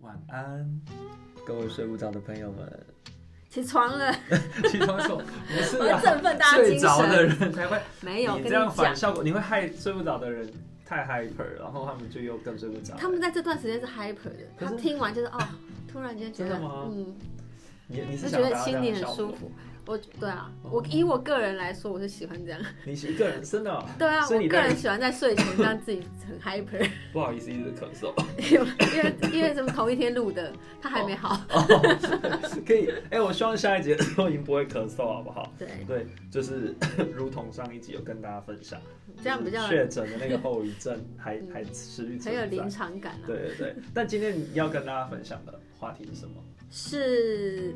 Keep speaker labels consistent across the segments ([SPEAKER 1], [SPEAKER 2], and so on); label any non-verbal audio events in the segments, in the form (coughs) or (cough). [SPEAKER 1] 晚安，各位睡不着的朋友们，
[SPEAKER 2] 起床
[SPEAKER 1] (laughs)
[SPEAKER 2] 了，
[SPEAKER 1] 起床说不是
[SPEAKER 2] 我
[SPEAKER 1] 啊
[SPEAKER 2] 很，振奋，大家
[SPEAKER 1] 睡
[SPEAKER 2] 精
[SPEAKER 1] 着的
[SPEAKER 2] 神。
[SPEAKER 1] 人才会，
[SPEAKER 2] 没有
[SPEAKER 1] 你
[SPEAKER 2] 跟
[SPEAKER 1] 这样反
[SPEAKER 2] 讲，
[SPEAKER 1] 效果，你会害睡不着的人太 hyper，然后他们就又更睡不着。
[SPEAKER 2] 他们在这段时间是 hyper 的，
[SPEAKER 1] 可是
[SPEAKER 2] 他听完就是哦，突然间觉得
[SPEAKER 1] 真的吗
[SPEAKER 2] 嗯，
[SPEAKER 1] 你你是
[SPEAKER 2] 就
[SPEAKER 1] 想
[SPEAKER 2] 觉得
[SPEAKER 1] 达到这
[SPEAKER 2] 心
[SPEAKER 1] 样
[SPEAKER 2] 里
[SPEAKER 1] 的
[SPEAKER 2] 很
[SPEAKER 1] 效
[SPEAKER 2] 舒
[SPEAKER 1] 果，
[SPEAKER 2] 服。我对啊，
[SPEAKER 1] 哦
[SPEAKER 2] 我以我个人来说，我是喜欢
[SPEAKER 1] (laughs)
[SPEAKER 2] 这样。
[SPEAKER 1] 你是一个人真的哦、
[SPEAKER 2] 对啊，
[SPEAKER 1] 所
[SPEAKER 2] 我
[SPEAKER 1] 以你
[SPEAKER 2] 个
[SPEAKER 1] 在
[SPEAKER 2] 人喜欢在睡前让自己很 hyper， (laughs)
[SPEAKER 1] 不好意思，一直咳嗽。
[SPEAKER 2] 因为因为因为是同一天录的，他还没好。
[SPEAKER 1] 哦，可以，哎、我希望下一节的时候已经不会咳嗽，好不好？
[SPEAKER 2] 对，
[SPEAKER 1] 对，就是如同上一集有跟大家分享，
[SPEAKER 2] 这样比较
[SPEAKER 1] 确诊的那个后遗症还
[SPEAKER 2] 嗯
[SPEAKER 1] 还持续
[SPEAKER 2] 很有
[SPEAKER 1] 存在
[SPEAKER 2] 临。场感啊。
[SPEAKER 1] 对对对，但今天你要跟大家分享的话题是什么？
[SPEAKER 2] 是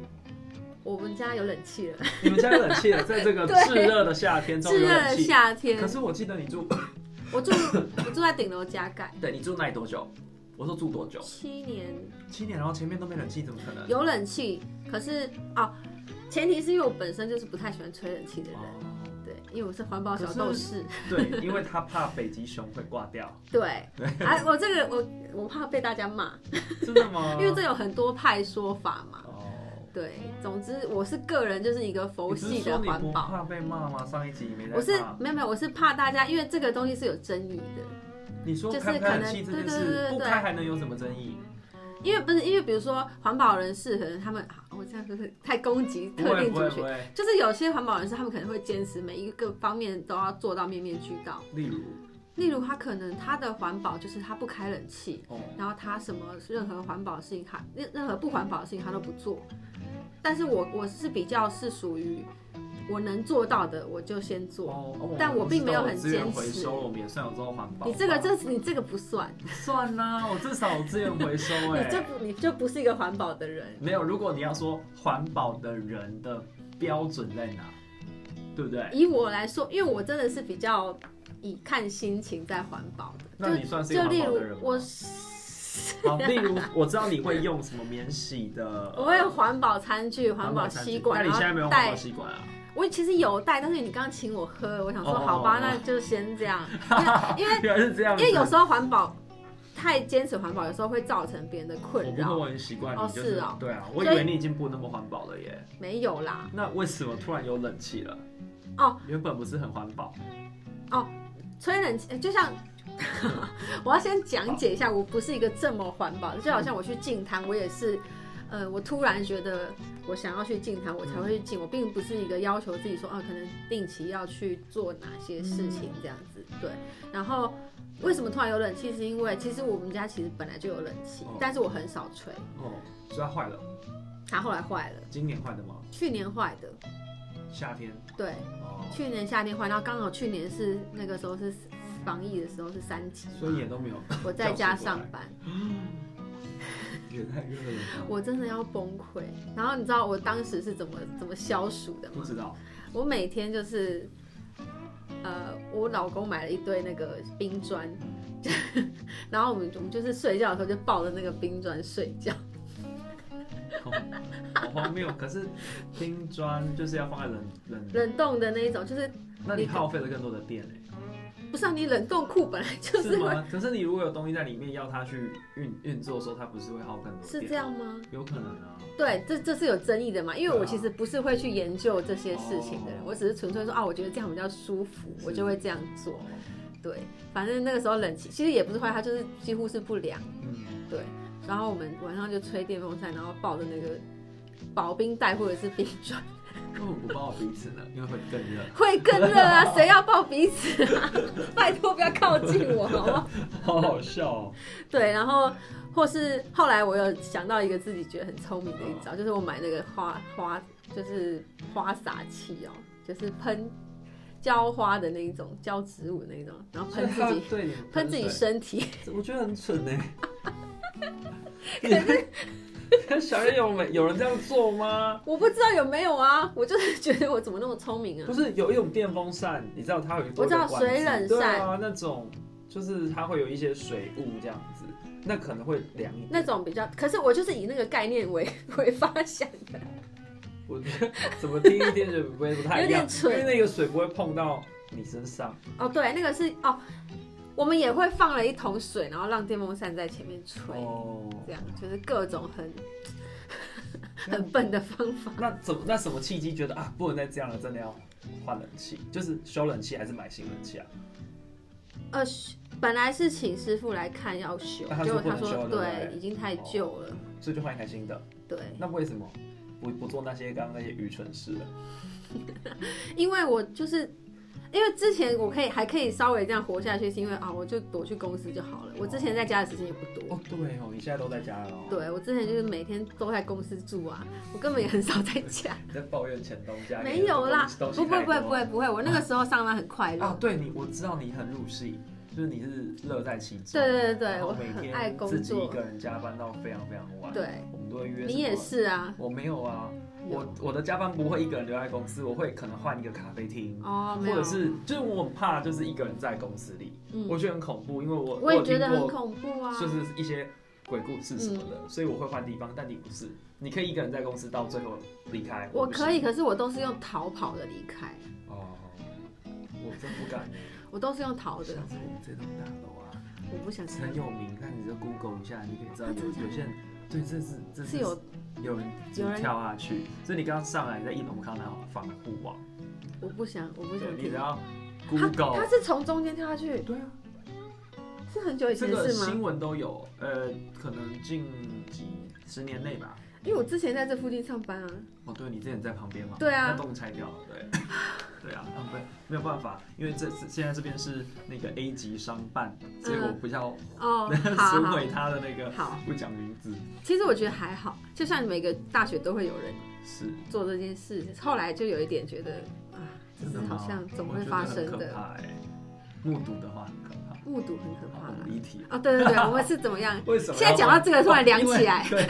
[SPEAKER 2] 我们家有冷气了，
[SPEAKER 1] 你们家有冷气了，在这个
[SPEAKER 2] (laughs) 对
[SPEAKER 1] 炙热的夏天中
[SPEAKER 2] 炙
[SPEAKER 1] 有
[SPEAKER 2] 热
[SPEAKER 1] 冷
[SPEAKER 2] 的
[SPEAKER 1] 气。
[SPEAKER 2] 夏天
[SPEAKER 1] 可，是我记得你住， (coughs)
[SPEAKER 2] 我住 (coughs) 我住在顶楼加盖
[SPEAKER 1] 对你住那里多久？我说住多久？
[SPEAKER 2] 七年，
[SPEAKER 1] 七年，然后前面都没冷气，怎么可能？
[SPEAKER 2] 有冷气，可是哦，前提是因为我本身就是不太喜欢吹冷气的人，
[SPEAKER 1] 哦，
[SPEAKER 2] 对，因为我是环保小斗士，
[SPEAKER 1] (laughs) 对，因为他怕北极熊会挂
[SPEAKER 2] (laughs)
[SPEAKER 1] 掉，
[SPEAKER 2] 对，哎、我这个我我怕被大家骂，
[SPEAKER 1] 真的吗？
[SPEAKER 2] 因为这有很多派说法嘛，
[SPEAKER 1] 哦，
[SPEAKER 2] 对，总之我是个人就是一个佛系的
[SPEAKER 1] 你不是说
[SPEAKER 2] 环
[SPEAKER 1] 你不
[SPEAKER 2] 保。
[SPEAKER 1] 怕被骂吗？上一集你没在
[SPEAKER 2] 我是
[SPEAKER 1] 怕
[SPEAKER 2] 没有没有，我是怕大家，因为这个东西是有争议的，
[SPEAKER 1] 你说
[SPEAKER 2] 就是
[SPEAKER 1] 开不
[SPEAKER 2] 可
[SPEAKER 1] 开冷
[SPEAKER 2] 能
[SPEAKER 1] 气这
[SPEAKER 2] 对
[SPEAKER 1] 件
[SPEAKER 2] 对对
[SPEAKER 1] 事，
[SPEAKER 2] 对
[SPEAKER 1] 不
[SPEAKER 2] 对
[SPEAKER 1] 开还能有什么争议？
[SPEAKER 2] 因为不是因为比如说环保人士可能他们，啊我这样就是太攻击
[SPEAKER 1] 不
[SPEAKER 2] 特
[SPEAKER 1] 会
[SPEAKER 2] 定
[SPEAKER 1] 不
[SPEAKER 2] 族
[SPEAKER 1] 会
[SPEAKER 2] 群
[SPEAKER 1] 不，会，
[SPEAKER 2] 就是有些环保人士他们可能会坚持每一个方面都要做到面面俱到，
[SPEAKER 1] 例如
[SPEAKER 2] 例如，他可能他的环保就是他不开冷气，
[SPEAKER 1] 哦，
[SPEAKER 2] 然后他什么任何环保的事情他任任何不环保的事情他都不做。但是我我是比较是属于我能做到的我就先做。
[SPEAKER 1] 哦
[SPEAKER 2] 但我并没有很
[SPEAKER 1] 资源
[SPEAKER 2] 坚
[SPEAKER 1] 回
[SPEAKER 2] 持
[SPEAKER 1] 收，我们也算有做环保吧。
[SPEAKER 2] 你这个这你这个不算，
[SPEAKER 1] 算啦，我至少有资源回收
[SPEAKER 2] (laughs) 你
[SPEAKER 1] 哎
[SPEAKER 2] 这。不你就不是一个环保的人。
[SPEAKER 1] 没有，如果你要说环保的人的标准在哪，对不对？
[SPEAKER 2] 以我来说，因为我真的是比较以看心情在环保的，
[SPEAKER 1] 那你算是
[SPEAKER 2] 就
[SPEAKER 1] 一个
[SPEAKER 2] 就
[SPEAKER 1] 环
[SPEAKER 2] 例
[SPEAKER 1] 保
[SPEAKER 2] 如
[SPEAKER 1] 的人吗
[SPEAKER 2] 我
[SPEAKER 1] 好，例如我知道你会用什么免洗的，
[SPEAKER 2] 我会有环保餐具、环
[SPEAKER 1] 环
[SPEAKER 2] 保
[SPEAKER 1] 餐
[SPEAKER 2] 吸
[SPEAKER 1] 具
[SPEAKER 2] 管，
[SPEAKER 1] 那
[SPEAKER 2] 然
[SPEAKER 1] 你现在没有
[SPEAKER 2] 后
[SPEAKER 1] 环
[SPEAKER 2] 带
[SPEAKER 1] 保吸管啊？
[SPEAKER 2] 我其实有带，但是你刚刚请我喝，我想说
[SPEAKER 1] 哦
[SPEAKER 2] 好吧，
[SPEAKER 1] 哦
[SPEAKER 2] 那就先
[SPEAKER 1] (laughs)
[SPEAKER 2] 这样，因为
[SPEAKER 1] 原来是这样
[SPEAKER 2] 因
[SPEAKER 1] 子，
[SPEAKER 2] 为有时候环保太坚持环保，有时候会造成别人的
[SPEAKER 1] 我
[SPEAKER 2] 困
[SPEAKER 1] 不会，
[SPEAKER 2] 扰。
[SPEAKER 1] 我很习惯
[SPEAKER 2] 哦
[SPEAKER 1] 你就是
[SPEAKER 2] 哦
[SPEAKER 1] 对啊，我以
[SPEAKER 2] 所以
[SPEAKER 1] 为你已经不那么环保了耶。
[SPEAKER 2] 没有啦，
[SPEAKER 1] 那为什么突然有冷气了？
[SPEAKER 2] 哦，
[SPEAKER 1] 原本不是很环保，
[SPEAKER 2] 吹冷气呃就像。 (laughs) 我要先讲解一下，我不是一个这么环保的，就好像我去净滩，我也是，呃，我突然觉得我想要去净滩，我才会去净，我并不是一个要求自己说，啊，可能定期要去做哪些事情这样子，对。然后为什么突然有冷气？是因为其实我们家其实本来就有冷气
[SPEAKER 1] 哦，
[SPEAKER 2] 但是我很少吹，
[SPEAKER 1] 哦，所以它坏了，
[SPEAKER 2] 它后来坏了，
[SPEAKER 1] 今年坏的吗？
[SPEAKER 2] 去年坏的，
[SPEAKER 1] 夏天
[SPEAKER 2] 对，
[SPEAKER 1] 哦，
[SPEAKER 2] 去年夏天换，然后刚好去年是那个时候是防疫的时候是三级，
[SPEAKER 1] 所以也都没有，
[SPEAKER 2] 我在家上班，
[SPEAKER 1] (laughs) 也太热了吧。
[SPEAKER 2] 我真的要崩溃。然后你知道我当时是怎么怎么消暑的
[SPEAKER 1] 不
[SPEAKER 2] 吗？
[SPEAKER 1] 知道，
[SPEAKER 2] 我每天就是，呃，我老公买了一堆那个冰砖， (laughs) 然后我们我们就是睡觉的时候就抱着那个冰砖睡觉。
[SPEAKER 1] (laughs) 好荒谬。可是冰砖就是要放在冷冷，
[SPEAKER 2] 冷冻的那一种，就是
[SPEAKER 1] 那你耗费了更多的电
[SPEAKER 2] (laughs)
[SPEAKER 1] 哎、
[SPEAKER 2] 不是、啊、你冷冻库本来就是会
[SPEAKER 1] 吗？可是你如果有东西在里面，要它去运运作的时候，它不是会耗更多电？
[SPEAKER 2] 是这，样吗？
[SPEAKER 1] 有可能啊。
[SPEAKER 2] 对，这这是有争议的嘛，因为我
[SPEAKER 1] 对啊
[SPEAKER 2] 其实不是会去研究这些事情的人，
[SPEAKER 1] 哦
[SPEAKER 2] 我只是纯粹说啊，我觉得这样比较舒服，
[SPEAKER 1] 是
[SPEAKER 2] 我就会这样做。对，反正那个时候冷气其实也不是坏，它就是几乎是不良。
[SPEAKER 1] 嗯，
[SPEAKER 2] 对，然后我们晚上就吹电风扇，然后抱着那个 (laughs) 薄冰袋或者是冰砖，
[SPEAKER 1] 为什么不抱我鼻子呢？因 (laughs) 为会更热。
[SPEAKER 2] 会更热啊，谁要抱彼此啊？拜托不要靠近我，好不好？
[SPEAKER 1] 好好笑哦。
[SPEAKER 2] 对，然后或是后来我有想到一个自己觉得很聪明的一招，就是我买那个花花，就是花洒器哦，就是喷浇花的那一种，浇植物的那一种，然后喷自己，
[SPEAKER 1] (laughs) 对你
[SPEAKER 2] (laughs) 喷自己
[SPEAKER 1] 水，
[SPEAKER 2] 身体， (laughs)
[SPEAKER 1] 我觉得很蠢哎、欸。可是， (laughs) 小月有没有人这样做吗？
[SPEAKER 2] 我不知道有没有啊，我就是觉得我怎么那么聪明啊
[SPEAKER 1] 不？是有一种电风扇，你知道它有一个
[SPEAKER 2] 我知道
[SPEAKER 1] 管子
[SPEAKER 2] 水冷
[SPEAKER 1] 对
[SPEAKER 2] 扇
[SPEAKER 1] 啊，那种就是它会有一些水雾这样子，那可能会凉一点。
[SPEAKER 2] 那种比较，可是我就是以那个概念为 (laughs) 为发想的，
[SPEAKER 1] 我觉得怎么听一点就不会不太一样，
[SPEAKER 2] 有点蠢
[SPEAKER 1] 因为那个水不会碰到你身上。
[SPEAKER 2] 哦，对，那个是哦，我们也会放了一桶水，然后让电风扇在前面吹，
[SPEAKER 1] 哦，
[SPEAKER 2] 这样就是各种很 (laughs) 很笨的方法。
[SPEAKER 1] 那怎么那什么契机觉得啊不能再这样了，真的要换冷气？就是修冷气还是买新冷气啊？
[SPEAKER 2] 呃，是本来是请师傅来看要修
[SPEAKER 1] 但，他
[SPEAKER 2] 结
[SPEAKER 1] 说
[SPEAKER 2] 果
[SPEAKER 1] 不
[SPEAKER 2] 他
[SPEAKER 1] 能修对
[SPEAKER 2] 说
[SPEAKER 1] 不对哦
[SPEAKER 2] 对，已经太旧了，
[SPEAKER 1] 所以就换一台新的。
[SPEAKER 2] 对，
[SPEAKER 1] 那为什么不不做那些刚刚那些愚蠢事了？
[SPEAKER 2] 因为我就是。因为之前我可以还可以稍微这样活下去，是因为啊，我就躲去公司就好了。我之前在家的时间也不多，
[SPEAKER 1] 哦，对哦，你现在都在家了哦。
[SPEAKER 2] 对我之前就是每天都在公司住啊，我根本也很少在家。
[SPEAKER 1] 你在抱怨前东家
[SPEAKER 2] 没有啦，
[SPEAKER 1] 东
[SPEAKER 2] 不
[SPEAKER 1] 西
[SPEAKER 2] 不
[SPEAKER 1] 太
[SPEAKER 2] 不
[SPEAKER 1] 多
[SPEAKER 2] 会不会不会，我那个时候上班很快乐。
[SPEAKER 1] 啊！对你，我知道你很入戏，就是你是乐在其中。
[SPEAKER 2] 对对对对
[SPEAKER 1] 然后
[SPEAKER 2] 我
[SPEAKER 1] 哦每
[SPEAKER 2] 很爱
[SPEAKER 1] 天
[SPEAKER 2] 工
[SPEAKER 1] 自己一
[SPEAKER 2] 作
[SPEAKER 1] 个人加班到非常非常晚。，
[SPEAKER 2] 对，
[SPEAKER 1] 我们都会约。
[SPEAKER 2] 你也？是啊。
[SPEAKER 1] 我没有啊，我
[SPEAKER 2] 有
[SPEAKER 1] 我的加班不会一个人留在公司，我会可能换一个咖啡厅。
[SPEAKER 2] 哦，
[SPEAKER 1] 或
[SPEAKER 2] 没有
[SPEAKER 1] 者，是，就是我很怕，就是一个人在公司里，
[SPEAKER 2] 嗯
[SPEAKER 1] 我觉得很恐怖，因为我
[SPEAKER 2] 我也觉得
[SPEAKER 1] 有听
[SPEAKER 2] 很
[SPEAKER 1] 过
[SPEAKER 2] 恐怖啊。嗯
[SPEAKER 1] 就是一些鬼故事什么的，所以我会换地方，但你不是，你可以一个人在公司到最后离开。
[SPEAKER 2] 我
[SPEAKER 1] 不
[SPEAKER 2] 可以，
[SPEAKER 1] 行
[SPEAKER 2] 可是我都是用逃跑的离开，
[SPEAKER 1] 哦，我真不敢。
[SPEAKER 2] 我都是用逃的，
[SPEAKER 1] 像是啊我们这栋大楼啊，
[SPEAKER 2] 我不想
[SPEAKER 1] 很有名，那你就 Google 一下，你就可以知道
[SPEAKER 2] 啊真的
[SPEAKER 1] 有
[SPEAKER 2] 假的
[SPEAKER 1] 有些人对这是这
[SPEAKER 2] 是有
[SPEAKER 1] 有人
[SPEAKER 2] 有人
[SPEAKER 1] 跳下去，所以你刚刚上来你在一楼我们看到那防护网，
[SPEAKER 2] 我不想，我不
[SPEAKER 1] 对
[SPEAKER 2] 想
[SPEAKER 1] 你只
[SPEAKER 2] 听。
[SPEAKER 1] 要
[SPEAKER 2] 他他
[SPEAKER 1] Google，
[SPEAKER 2] 是从中间跳下去，
[SPEAKER 1] 对啊，
[SPEAKER 2] 是很久以
[SPEAKER 1] 这
[SPEAKER 2] 前
[SPEAKER 1] 个
[SPEAKER 2] 的事
[SPEAKER 1] 新
[SPEAKER 2] 吗？
[SPEAKER 1] 闻都有，呃，可能近几十年内吧。
[SPEAKER 2] 因为我之前在这附近上班啊。
[SPEAKER 1] 哦，对，你之前在旁边嘛？
[SPEAKER 2] 对啊
[SPEAKER 1] 那洞拆掉了，对， (laughs) 对啊，啊不，没有办法，因为这这现在这边是那个 A 级商办，所以我比较，
[SPEAKER 2] 哦
[SPEAKER 1] (laughs)
[SPEAKER 2] 好
[SPEAKER 1] 损
[SPEAKER 2] 好
[SPEAKER 1] 毁他的那个
[SPEAKER 2] 好，
[SPEAKER 1] 不讲名字，
[SPEAKER 2] 其实我觉得还好，就像每个大学都会有人
[SPEAKER 1] 是
[SPEAKER 2] 做这件事，后来就有一点觉得啊，这
[SPEAKER 1] 真
[SPEAKER 2] 是
[SPEAKER 1] 的吗
[SPEAKER 2] 好像总
[SPEAKER 1] 我
[SPEAKER 2] 会
[SPEAKER 1] 觉得
[SPEAKER 2] 发
[SPEAKER 1] 很
[SPEAKER 2] 生
[SPEAKER 1] 可
[SPEAKER 2] 的，
[SPEAKER 1] 怕哎，目睹的话很可怕。
[SPEAKER 2] 目睹很可怕
[SPEAKER 1] 好，我
[SPEAKER 2] 啦。
[SPEAKER 1] 们离题了。
[SPEAKER 2] 啊，对对对，我们是怎么样？ (laughs)
[SPEAKER 1] 为什么要问？
[SPEAKER 2] 现在讲到这个突然凉起来
[SPEAKER 1] 因为。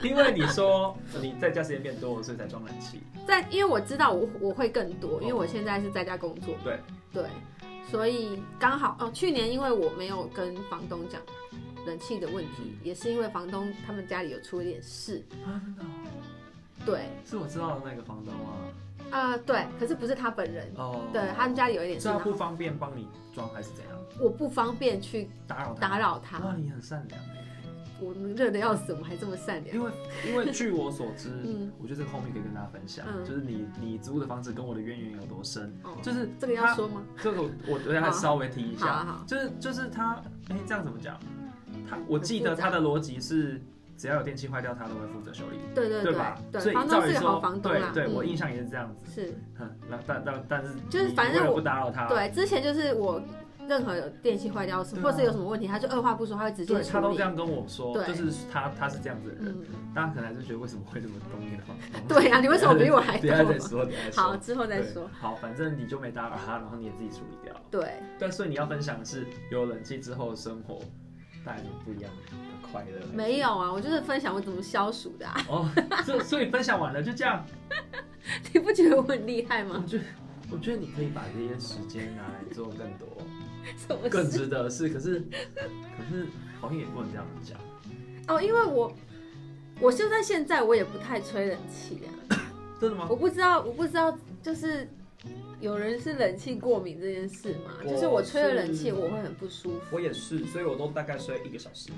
[SPEAKER 1] 对，
[SPEAKER 2] (laughs)
[SPEAKER 1] 因为你说你在家时间变多了，所以才装冷气。
[SPEAKER 2] 在，因为我知道我我会更多，因为我现在是在家工作，
[SPEAKER 1] 对
[SPEAKER 2] 对，所以刚好哦，去年因为我没有跟房东讲嗯冷气的问题，也是因为房东他们家里有出一点事，
[SPEAKER 1] 啊，真的哦、
[SPEAKER 2] 对，
[SPEAKER 1] 是我知道的那个房东啊。
[SPEAKER 2] 啊、对，可是不是他本人，
[SPEAKER 1] 哦，
[SPEAKER 2] 对他们家里有一点事，
[SPEAKER 1] 所以
[SPEAKER 2] 然
[SPEAKER 1] 他不
[SPEAKER 2] 后
[SPEAKER 1] 方便帮你装还是怎样？
[SPEAKER 2] 我不方便去
[SPEAKER 1] 打扰他
[SPEAKER 2] 打扰他，
[SPEAKER 1] 哇，你很善良欸，
[SPEAKER 2] 我热的要死，我还这么善良，
[SPEAKER 1] 因
[SPEAKER 2] (laughs)
[SPEAKER 1] 为因为据我所知，
[SPEAKER 2] 嗯
[SPEAKER 1] 我觉得这个后面可以跟大家分享，
[SPEAKER 2] 嗯
[SPEAKER 1] 就是你你租的房子跟我的渊源有多深，
[SPEAKER 2] 哦，
[SPEAKER 1] 就是
[SPEAKER 2] 这个要
[SPEAKER 1] 他
[SPEAKER 2] 说吗？
[SPEAKER 1] 这个我我等下
[SPEAKER 2] 好
[SPEAKER 1] 稍微提一
[SPEAKER 2] 好
[SPEAKER 1] 下，
[SPEAKER 2] 啊好，
[SPEAKER 1] 就是就是他哎、这样怎么讲？他我记得他的逻辑是，只要有电器坏掉，他都会负责修理，
[SPEAKER 2] 对对
[SPEAKER 1] 吧？所
[SPEAKER 2] 对，
[SPEAKER 1] 以
[SPEAKER 2] 房
[SPEAKER 1] 照
[SPEAKER 2] 东
[SPEAKER 1] 理
[SPEAKER 2] 是个
[SPEAKER 1] 说，
[SPEAKER 2] 好房东啦
[SPEAKER 1] 对，对，
[SPEAKER 2] 嗯
[SPEAKER 1] 我印象也是这样子。
[SPEAKER 2] 是。
[SPEAKER 1] 哼，那但但但是
[SPEAKER 2] 就是
[SPEAKER 1] 你
[SPEAKER 2] 反正
[SPEAKER 1] 为了
[SPEAKER 2] 我
[SPEAKER 1] 不打扰他，
[SPEAKER 2] 对，之前就是我任何有电器坏掉什么，
[SPEAKER 1] 啊对啊
[SPEAKER 2] 或是有什么问题，他就二话不说，他会直接
[SPEAKER 1] 对，
[SPEAKER 2] 处
[SPEAKER 1] 他都
[SPEAKER 2] 理
[SPEAKER 1] 这样跟我说，
[SPEAKER 2] 对
[SPEAKER 1] 就是他他是这样子的人，
[SPEAKER 2] 嗯，
[SPEAKER 1] 大家可能还是觉得为什么会这么东你的房东？
[SPEAKER 2] 对呀、啊，你为什么比我还
[SPEAKER 1] 等一下再
[SPEAKER 2] 懂？
[SPEAKER 1] 说，等一下再说。
[SPEAKER 2] 好，之后再
[SPEAKER 1] 对
[SPEAKER 2] 说。。
[SPEAKER 1] 好，反正你就没打扰他，然后你也自己处理掉了。
[SPEAKER 2] 对，
[SPEAKER 1] 对，所以你要分享的是有冷气之后的生活带来不一样的快乐。
[SPEAKER 2] 没有啊，我就是分享我怎么消暑的、啊， (laughs)
[SPEAKER 1] 哦，所所以分享完了就这样。
[SPEAKER 2] 你不觉得我很厉害
[SPEAKER 1] 我
[SPEAKER 2] 吗？
[SPEAKER 1] 觉得，我觉得你可以把这些时间拿来做更多、
[SPEAKER 2] 什么
[SPEAKER 1] 更
[SPEAKER 2] 事？
[SPEAKER 1] 值得的事。可是，可是好像也不能这样讲。
[SPEAKER 2] 哦，因为我我就在现在，我也不太吹冷气啊，
[SPEAKER 1] 真的吗？
[SPEAKER 2] 我不知道，我不知道，就是。有人是冷气过敏这件事嘛？
[SPEAKER 1] 我
[SPEAKER 2] 就是我吹了冷气，
[SPEAKER 1] 是
[SPEAKER 2] 我会很不舒服。
[SPEAKER 1] 我也是，所以我都大概睡一个小时。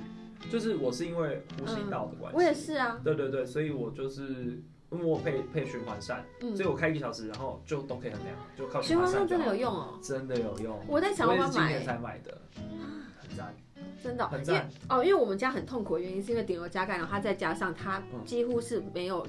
[SPEAKER 1] 就是我是因为呼吸道的关系、
[SPEAKER 2] 我也。是啊，
[SPEAKER 1] 对对对，所以我就是因为我配配循环扇，
[SPEAKER 2] 嗯
[SPEAKER 1] 所，以我开一个小时，然后就都可以很凉，就靠
[SPEAKER 2] 循环
[SPEAKER 1] 扇
[SPEAKER 2] 扇真的有
[SPEAKER 1] 用，
[SPEAKER 2] 用哦。
[SPEAKER 1] 真的有用。
[SPEAKER 2] 我在想要
[SPEAKER 1] 也是
[SPEAKER 2] 不要
[SPEAKER 1] 今
[SPEAKER 2] 买
[SPEAKER 1] 年，才买的，很赞，
[SPEAKER 2] 真的哦、
[SPEAKER 1] 很
[SPEAKER 2] 因为
[SPEAKER 1] 赞。
[SPEAKER 2] 哦，因为我们家很痛苦的原因是因为顶楼加盖，然后它再加上它
[SPEAKER 1] 嗯
[SPEAKER 2] 几乎是没有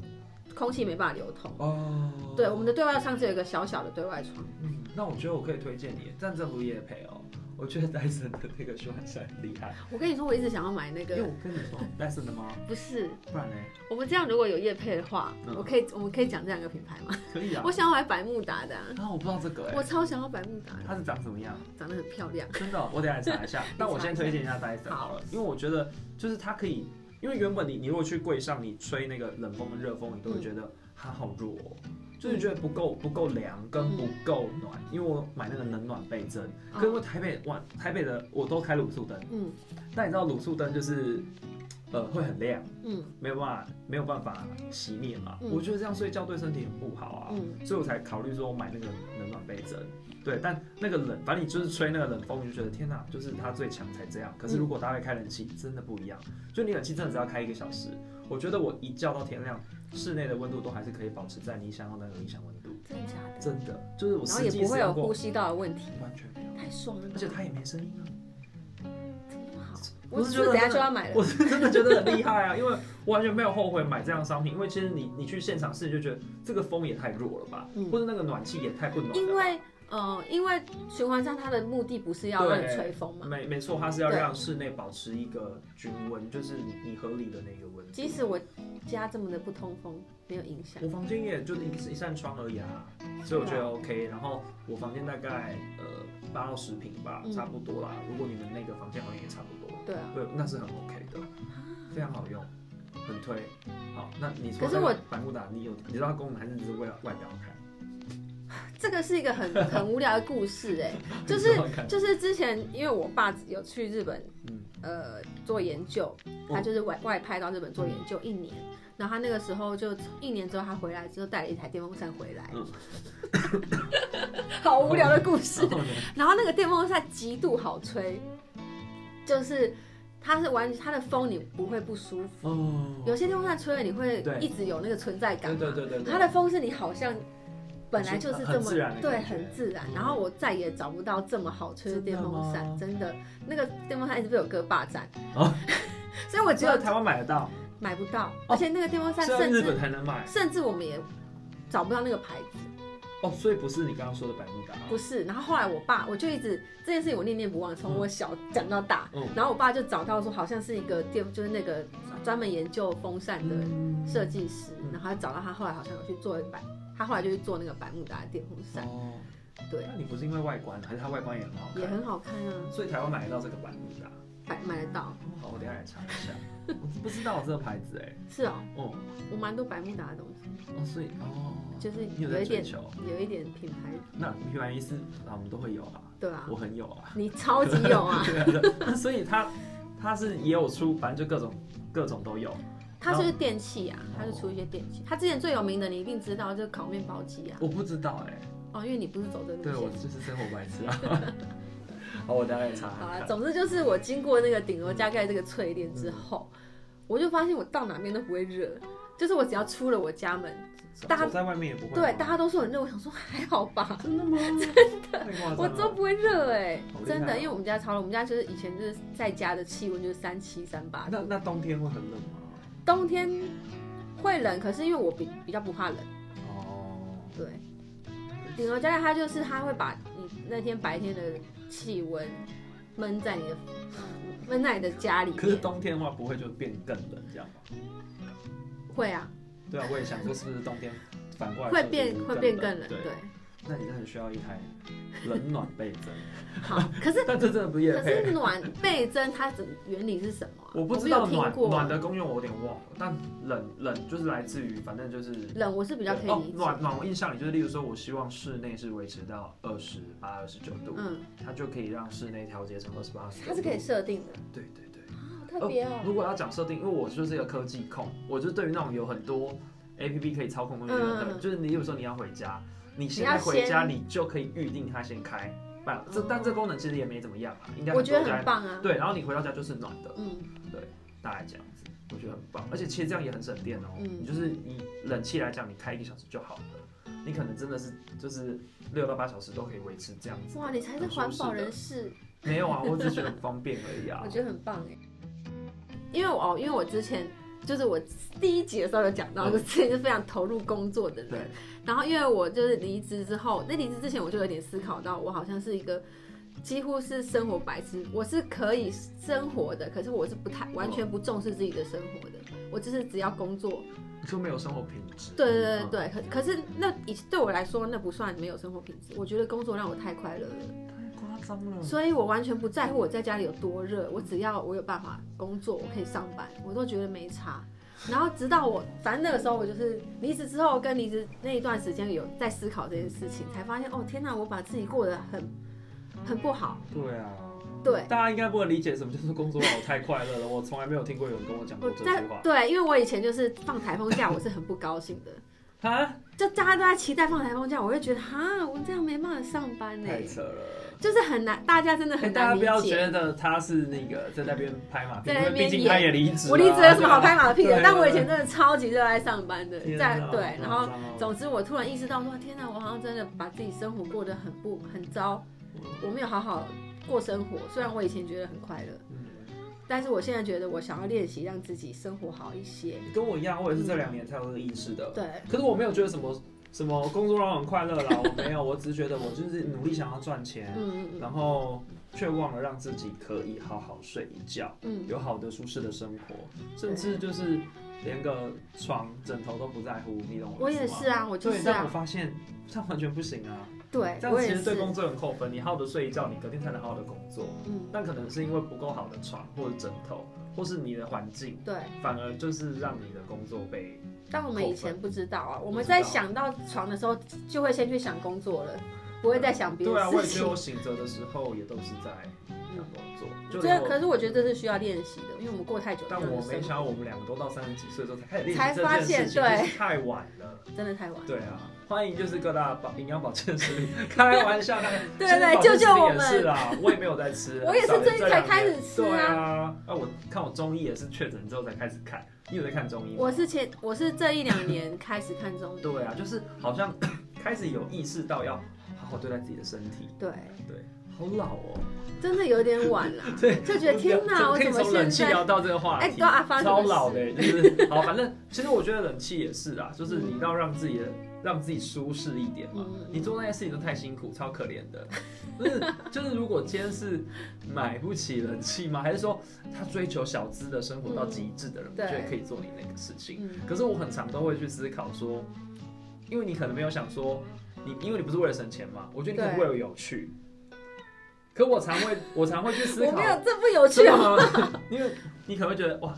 [SPEAKER 2] 空气没办法流通。
[SPEAKER 1] 哦，
[SPEAKER 2] 对，我们的对外窗只有一个小小的对外窗，
[SPEAKER 1] 嗯，那我觉得我可以推荐你，但这不也配哦。我觉得戴森的那个循环扇很厉害，哦
[SPEAKER 2] 我跟你说，我一直想要买那
[SPEAKER 1] 因为
[SPEAKER 2] 个，
[SPEAKER 1] 哎我跟你说，戴森的吗？
[SPEAKER 2] 不是，
[SPEAKER 1] 不然呢？
[SPEAKER 2] 我们这样如果有叶配的话，
[SPEAKER 1] 嗯
[SPEAKER 2] 我可以，我们可以讲这两个品牌吗？
[SPEAKER 1] 可以啊
[SPEAKER 2] 我。想要买百慕达的啊、
[SPEAKER 1] 啊，我不知道这个哎
[SPEAKER 2] 我，超想要百慕达的，
[SPEAKER 1] 它是长什么样？
[SPEAKER 2] 长得很漂亮。。
[SPEAKER 1] 真的哦，我等一下查一下
[SPEAKER 2] (laughs)
[SPEAKER 1] 但我先推荐一下 Dyson
[SPEAKER 2] 好
[SPEAKER 1] 好了，因为我觉得就是它可以，因为原本你你如果去柜上你吹那个冷风跟热风，你都
[SPEAKER 2] 嗯
[SPEAKER 1] 会觉得它好弱、哦，就是觉得不够不够凉跟不
[SPEAKER 2] 嗯
[SPEAKER 1] 够暖。因为我买那个冷暖倍增，
[SPEAKER 2] 哦
[SPEAKER 1] 可是因为台北晚台北的我都开卤素灯，
[SPEAKER 2] 嗯，
[SPEAKER 1] 但你知道卤素灯就是呃会很亮，
[SPEAKER 2] 嗯
[SPEAKER 1] 没有办法没有办法熄灭嘛。
[SPEAKER 2] 嗯
[SPEAKER 1] 我觉得这样睡觉对身体很不好啊，
[SPEAKER 2] 嗯
[SPEAKER 1] 所以我才考虑说我买那个冷暖被针。对，但那个冷，反正你就是吹那个冷风，你就觉得天哪，就是它最强才这样。可
[SPEAKER 2] 嗯
[SPEAKER 1] 是如果搭配开冷气，真的不一样。就你冷气真的只要开一个小时，我觉得我一觉到天亮，室内的温度都还是可以保持在你想要的那个理想温度。
[SPEAKER 2] 真的假的？
[SPEAKER 1] 真的，就是我
[SPEAKER 2] 然后
[SPEAKER 1] 实
[SPEAKER 2] 也
[SPEAKER 1] 际
[SPEAKER 2] 不
[SPEAKER 1] 使
[SPEAKER 2] 会有
[SPEAKER 1] 用
[SPEAKER 2] 呼
[SPEAKER 1] 过，
[SPEAKER 2] 吸道的问题，
[SPEAKER 1] 完全没有，
[SPEAKER 2] 太爽了吧，
[SPEAKER 1] 而且它也没声音啊。
[SPEAKER 2] 不好。
[SPEAKER 1] 我
[SPEAKER 2] 我
[SPEAKER 1] 是
[SPEAKER 2] 是
[SPEAKER 1] 觉得
[SPEAKER 2] 等下
[SPEAKER 1] 真的
[SPEAKER 2] 就要买了，
[SPEAKER 1] 我是真的觉得很厉害啊，因为我完全没有后悔买这样的商品，因为其实你你去现场试就觉得这个风也太弱了吧，
[SPEAKER 2] 嗯
[SPEAKER 1] 或者那个暖气也太不暖了吧。
[SPEAKER 2] 因为呃，因为循环扇它的目的不是要让你
[SPEAKER 1] 对
[SPEAKER 2] 吹风嘛。
[SPEAKER 1] 没没错，它是要
[SPEAKER 2] 对
[SPEAKER 1] 让室内保持一个均温，就是你你合理的那个温度。
[SPEAKER 2] 即使我家这么的不通风，没有影响。
[SPEAKER 1] 我房间也就是一一扇窗而已啊，所以我觉得 OK。然后我房间大概呃八到十平吧，
[SPEAKER 2] 嗯
[SPEAKER 1] 差不多啦。如果你们那个房间好像也差不多，
[SPEAKER 2] 对啊，
[SPEAKER 1] 对，那是很 OK 的，非常好用，很推。好，那你说
[SPEAKER 2] 可是
[SPEAKER 1] 那个
[SPEAKER 2] 我
[SPEAKER 1] 百慕达，你有你知道它功能还是只是为了外表好看？ (laughs)
[SPEAKER 2] 这个是一个很很无聊的故事哎、就
[SPEAKER 1] 你
[SPEAKER 2] 是
[SPEAKER 1] 知道看
[SPEAKER 2] 就是之前因为我爸有去日本 (laughs)
[SPEAKER 1] 嗯
[SPEAKER 2] 呃做研究，
[SPEAKER 1] 哦
[SPEAKER 2] 他就是外外派到日本做研究一年，然后他那个时候就一年之后他回来之后带了一台电风扇回来，
[SPEAKER 1] 嗯
[SPEAKER 2] (laughs) 好无聊的故事
[SPEAKER 1] 然。后呢
[SPEAKER 2] 然后那个电风扇极度好吹，就是它是完它的风你不会不舒服，
[SPEAKER 1] 哦，
[SPEAKER 2] 有些电风扇吹了你会
[SPEAKER 1] 对
[SPEAKER 2] 一直有那个存在感
[SPEAKER 1] 对
[SPEAKER 2] 嘛，
[SPEAKER 1] 对对对对，
[SPEAKER 2] 它的风是你好像本来就是这
[SPEAKER 1] 很
[SPEAKER 2] 么
[SPEAKER 1] 自然的
[SPEAKER 2] 对，
[SPEAKER 1] 感觉
[SPEAKER 2] 很自然。
[SPEAKER 1] 嗯
[SPEAKER 2] 然后我再也找不到这么好吹的电风扇，真的，那个电风扇一直被我哥霸占，
[SPEAKER 1] 哦
[SPEAKER 2] (laughs) 所以我只
[SPEAKER 1] 只
[SPEAKER 2] 有
[SPEAKER 1] 有台湾买得到，
[SPEAKER 2] 买不到，而且那个电风扇
[SPEAKER 1] 只有在
[SPEAKER 2] 甚
[SPEAKER 1] 哦日本
[SPEAKER 2] 至
[SPEAKER 1] 才能买
[SPEAKER 2] 甚至我们也找不到那个牌子，
[SPEAKER 1] 哦，所以不是你刚刚说的百慕达，
[SPEAKER 2] 不是。然后后来我爸我就一直这件事情我念念不忘，从我小讲到大。
[SPEAKER 1] 嗯
[SPEAKER 2] 然后我爸就找到说，好像是一个电，就是那个专门研究风扇的
[SPEAKER 1] 嗯
[SPEAKER 2] 设计师，
[SPEAKER 1] 嗯
[SPEAKER 2] 然后他找到他后来好像有去做百，他后来就去做那个百慕达的电风扇，
[SPEAKER 1] 哦，
[SPEAKER 2] 对，
[SPEAKER 1] 那你不是因为外观，还是它外观也很好
[SPEAKER 2] 也
[SPEAKER 1] 看，
[SPEAKER 2] 很好看啊，
[SPEAKER 1] 所以台湾买得到这个百慕达。
[SPEAKER 2] 买买得到。
[SPEAKER 1] 哦好，我等一下来查一
[SPEAKER 2] (laughs)
[SPEAKER 1] 下，我不知道这个牌子哎，
[SPEAKER 2] 是哦，
[SPEAKER 1] 哦
[SPEAKER 2] 我蛮多百慕达的东西，
[SPEAKER 1] 哦，所以哦，
[SPEAKER 2] 就是
[SPEAKER 1] 你有在
[SPEAKER 2] 一
[SPEAKER 1] 追
[SPEAKER 2] 点
[SPEAKER 1] 求，
[SPEAKER 2] 有一点品牌，
[SPEAKER 1] 那平凡医师啊，我们都会有啊，
[SPEAKER 2] 对啊
[SPEAKER 1] 我，很有啊，
[SPEAKER 2] 你超级有啊，
[SPEAKER 1] (laughs) 对啊对啊，那所以它它是也有出，反正就各种各种都有。
[SPEAKER 2] 他就是电器啊，他就出一些电器。他之前最有名的你一定知道，就是烤面包机啊，
[SPEAKER 1] 我不知道哎、
[SPEAKER 2] 哦，因为你不是走这路
[SPEAKER 1] 对我
[SPEAKER 2] 线。
[SPEAKER 1] 就是生活白痴啊。 (laughs) 好，我大概查
[SPEAKER 2] 好啊
[SPEAKER 1] 查
[SPEAKER 2] 了，
[SPEAKER 1] 看。
[SPEAKER 2] 总之就是我经过那个顶楼加盖这个淬炼之后，
[SPEAKER 1] 嗯
[SPEAKER 2] 我就发现我到哪边都不会热，就是我只要出了我家门，
[SPEAKER 1] 走
[SPEAKER 2] 大家
[SPEAKER 1] 走在外面也不会吗。
[SPEAKER 2] 对，大家都说很热，我想说还好吧，
[SPEAKER 1] 真
[SPEAKER 2] (laughs)
[SPEAKER 1] 的吗？真的
[SPEAKER 2] 我都不会热哎、
[SPEAKER 1] 好厉害哦
[SPEAKER 2] 真的，因为我们家超冷，我们家就是以前就是在家的气温就是三七三八
[SPEAKER 1] 啊那
[SPEAKER 2] 度，
[SPEAKER 1] 那冬天会很冷吗？
[SPEAKER 2] 冬天会冷，可是因为我比比较不怕冷，
[SPEAKER 1] 哦，
[SPEAKER 2] 对。顶楼加盖它就是它会把你那天白天的气温闷在你的闷在你的家里
[SPEAKER 1] 可是
[SPEAKER 2] 面，
[SPEAKER 1] 冬天的话不会就变更冷这样吗？
[SPEAKER 2] 会啊，
[SPEAKER 1] 对啊，我也想说是不是冬天反过来
[SPEAKER 2] 会
[SPEAKER 1] 就是
[SPEAKER 2] 变会变更冷，
[SPEAKER 1] 对， (laughs)
[SPEAKER 2] 对。
[SPEAKER 1] 那你真的需要一台冷暖被针，
[SPEAKER 2] 好，可是
[SPEAKER 1] 但这真的不是夜
[SPEAKER 2] 可
[SPEAKER 1] 配
[SPEAKER 2] 是。暖被针它怎原理是什么啊、
[SPEAKER 1] 我不知
[SPEAKER 2] 没有
[SPEAKER 1] 道
[SPEAKER 2] 听
[SPEAKER 1] 暖
[SPEAKER 2] 过
[SPEAKER 1] 暖的功用，我有点忘了。但冷冷就是来自于，反正就是
[SPEAKER 2] 冷，我是比较可以
[SPEAKER 1] 哦
[SPEAKER 2] 理解。
[SPEAKER 1] 暖暖。我印象里就是，例如说，我希望室内是维持到二十八、二十九度，
[SPEAKER 2] 嗯，
[SPEAKER 1] 它就可以让室内调节成二十八。
[SPEAKER 2] 它是可以设定的。
[SPEAKER 1] 对对对。
[SPEAKER 2] 好特别哦。
[SPEAKER 1] 如果要讲设定，因为我就是一个科技控，我就对于那种有很多 A P P 可以操控的东西
[SPEAKER 2] 嗯
[SPEAKER 1] 的人，就是你有时候你要回家，你现在回家你就可以预定它先开，不然这
[SPEAKER 2] 嗯
[SPEAKER 1] 但这功能其实也没怎么样啊，应该
[SPEAKER 2] 我觉得
[SPEAKER 1] 多家
[SPEAKER 2] 很棒啊。
[SPEAKER 1] 对，然后你回到家就是暖的，
[SPEAKER 2] 嗯，
[SPEAKER 1] 大概这样子，我觉得很棒。而且其实这样也很省电哦、
[SPEAKER 2] 嗯
[SPEAKER 1] 你就是你冷气来讲，你开一个小时就好了，你可能真的是就是六到八小时都可以维持这样子。
[SPEAKER 2] 哇，你才是环保人士，
[SPEAKER 1] 没有啊，我只是觉得很方便而已啊
[SPEAKER 2] (laughs) 我。觉得很棒哎。因为我哦，因为我之前就是我第一集的时候有讲到，
[SPEAKER 1] 嗯
[SPEAKER 2] 我自己是非常投入工作的
[SPEAKER 1] 对
[SPEAKER 2] 人。，然后因为我就是离职之后，那离职之前我就有点思考到，我好像是一个几乎是生活白痴，我是可以生活的，可是我是不太完全不重视自己的生活的，我就是只要工作
[SPEAKER 1] 就没有生活品质。
[SPEAKER 2] 对对对对，可可是那以对我来说，那不算没有生活品质。我觉得工作让我太快乐了，
[SPEAKER 1] 嗯，太夸张了。
[SPEAKER 2] 所以我完全不在乎我在家里有多热，我只要我有办法工作，我可以上班，我都觉得没差。然后直到我，反正那个时候我就是离职之后跟离职那一段时间有在思考这件事情，才发现哦天哪，我把自己过得很很不好。
[SPEAKER 1] 对啊，
[SPEAKER 2] 对，
[SPEAKER 1] 大家应该不能理解什么就是工作让我太快乐了，我从来没有听过有人跟我讲过
[SPEAKER 2] 我
[SPEAKER 1] 这
[SPEAKER 2] 在
[SPEAKER 1] 句话
[SPEAKER 2] 对，因为我以前就是放台风假，我是很不高兴的。
[SPEAKER 1] 啊，
[SPEAKER 2] 就大家都在期待放台风假，我会觉得哈，我这样没办法上班呢、
[SPEAKER 1] 太扯
[SPEAKER 2] (laughs)
[SPEAKER 1] 了。
[SPEAKER 2] 就是很难，大家真的
[SPEAKER 1] 哎
[SPEAKER 2] 很
[SPEAKER 1] 大家
[SPEAKER 2] 难理
[SPEAKER 1] 不要
[SPEAKER 2] 解。
[SPEAKER 1] 觉得他是那个在那边拍马屁，
[SPEAKER 2] 在
[SPEAKER 1] 因
[SPEAKER 2] 那
[SPEAKER 1] 为
[SPEAKER 2] 边
[SPEAKER 1] 毕竟他也离职、啊，
[SPEAKER 2] 我离职有什么好拍马屁
[SPEAKER 1] 对
[SPEAKER 2] 的
[SPEAKER 1] 啊？
[SPEAKER 2] 但我以前真的超级热爱上班的，
[SPEAKER 1] 天
[SPEAKER 2] 在
[SPEAKER 1] 啊
[SPEAKER 2] 对，
[SPEAKER 1] 好
[SPEAKER 2] 然后
[SPEAKER 1] 糟哦
[SPEAKER 2] 总之我突然意识到说，天哪，我好像真的把自己生活过得很不很糟，我没有好好过生活。虽然我以前觉得很快乐，
[SPEAKER 1] 嗯
[SPEAKER 2] 但是我现在觉得我想要练习让自己生活好一些。
[SPEAKER 1] 跟我一样，我也是这两年才有这个意识的。
[SPEAKER 2] 对，
[SPEAKER 1] 可是我没有觉得什么什么工作让我很快乐啦，我没
[SPEAKER 2] (laughs)
[SPEAKER 1] 有，我只是觉得我就是努力想要赚钱，
[SPEAKER 2] 嗯嗯
[SPEAKER 1] 然后却忘了让自己可以好好睡一觉，
[SPEAKER 2] 嗯
[SPEAKER 1] 有好的舒适的生活，甚至就是连个床枕头都不在乎，你懂
[SPEAKER 2] 嗯，
[SPEAKER 1] 我
[SPEAKER 2] 我
[SPEAKER 1] 意思
[SPEAKER 2] 也
[SPEAKER 1] 吗
[SPEAKER 2] 是啊，我就
[SPEAKER 1] 对，
[SPEAKER 2] 是
[SPEAKER 1] 但我
[SPEAKER 2] 啊，
[SPEAKER 1] 发现这样完全不行啊！
[SPEAKER 2] 对，
[SPEAKER 1] 这样
[SPEAKER 2] 我
[SPEAKER 1] 其
[SPEAKER 2] 也
[SPEAKER 1] 实对
[SPEAKER 2] 是，
[SPEAKER 1] 工作很扣分。你好好的睡一觉，你隔天才能好好的工作。
[SPEAKER 2] 嗯，
[SPEAKER 1] 但可能是因为不够好的床或者枕头，或是你的环境，
[SPEAKER 2] 对。
[SPEAKER 1] 反而就是让你的工作被
[SPEAKER 2] 但我们以
[SPEAKER 1] 扣分
[SPEAKER 2] 前不知道啊，我
[SPEAKER 1] 不
[SPEAKER 2] 们
[SPEAKER 1] 知道
[SPEAKER 2] 在想到床的时候，就会先去想工作了，不会再想别
[SPEAKER 1] 对啊，
[SPEAKER 2] 的
[SPEAKER 1] 我也觉得
[SPEAKER 2] 事情
[SPEAKER 1] 我。醒着的时候也都是在想工作，就
[SPEAKER 2] 嗯这、
[SPEAKER 1] 连我
[SPEAKER 2] 可是我觉得这是需要练习的，因为我们过太久这
[SPEAKER 1] 但
[SPEAKER 2] 样的
[SPEAKER 1] 我没
[SPEAKER 2] 生
[SPEAKER 1] 想
[SPEAKER 2] 活，
[SPEAKER 1] 到我们两个都到三十几岁之后才开始练习
[SPEAKER 2] 才
[SPEAKER 1] 这
[SPEAKER 2] 发
[SPEAKER 1] 件事
[SPEAKER 2] 现
[SPEAKER 1] 情，
[SPEAKER 2] 对
[SPEAKER 1] 就是太晚了。
[SPEAKER 2] 真的太晚。
[SPEAKER 1] 对啊，欢迎就是各大保营养保健食品，开玩笑，开玩笑
[SPEAKER 2] (laughs) 对
[SPEAKER 1] 其实
[SPEAKER 2] 对
[SPEAKER 1] 保健
[SPEAKER 2] 救救我
[SPEAKER 1] 食品也是啦，我也没有在
[SPEAKER 2] (laughs)，
[SPEAKER 1] 吃啊
[SPEAKER 2] 我也是
[SPEAKER 1] 少了
[SPEAKER 2] 最近
[SPEAKER 1] 这
[SPEAKER 2] 才
[SPEAKER 1] 两
[SPEAKER 2] 开始
[SPEAKER 1] 年
[SPEAKER 2] 吃啊
[SPEAKER 1] 对啊，啊，我看我中医也是确诊之后才开始看，你有在看中医吗？
[SPEAKER 2] 我是前我是这一两年开始看中医，
[SPEAKER 1] 对啊，就是好像 (coughs) 开始有意识到要好好对待自己的身体，
[SPEAKER 2] 对，
[SPEAKER 1] 对，好老哦，
[SPEAKER 2] 真的有点晚了，
[SPEAKER 1] 对，
[SPEAKER 2] 就觉得天哪，我
[SPEAKER 1] 可以
[SPEAKER 2] 怎么
[SPEAKER 1] 从冷
[SPEAKER 2] 现
[SPEAKER 1] 气
[SPEAKER 2] 在
[SPEAKER 1] 聊到这个 (laughs) 话
[SPEAKER 2] 哎，
[SPEAKER 1] 题
[SPEAKER 2] 都，啊发生
[SPEAKER 1] 超
[SPEAKER 2] 什么
[SPEAKER 1] 老
[SPEAKER 2] 事？
[SPEAKER 1] 的，欸就是好，反正其实我觉得冷气也是啊，就是你要让自己的让自己舒适一点嘛
[SPEAKER 2] 嗯。
[SPEAKER 1] 你做那些事情都太辛苦，超可怜的。 (laughs) 就是就是，如果今天是买不起冷气吗？还是说他追求小资的生活到极致的人，我
[SPEAKER 2] 嗯对
[SPEAKER 1] 觉得可以做你那个事情。
[SPEAKER 2] 嗯
[SPEAKER 1] 可是我很常都会去思考说，因为你可能没有想说，你因为你不是为了省钱嘛，我觉得你可能
[SPEAKER 2] 对
[SPEAKER 1] 为了有趣。可我常会我常会去思
[SPEAKER 2] 我
[SPEAKER 1] 考，
[SPEAKER 2] 没有，这不有趣
[SPEAKER 1] 真的
[SPEAKER 2] 哦。
[SPEAKER 1] 吗？ (laughs) 因为你可能会觉得哇，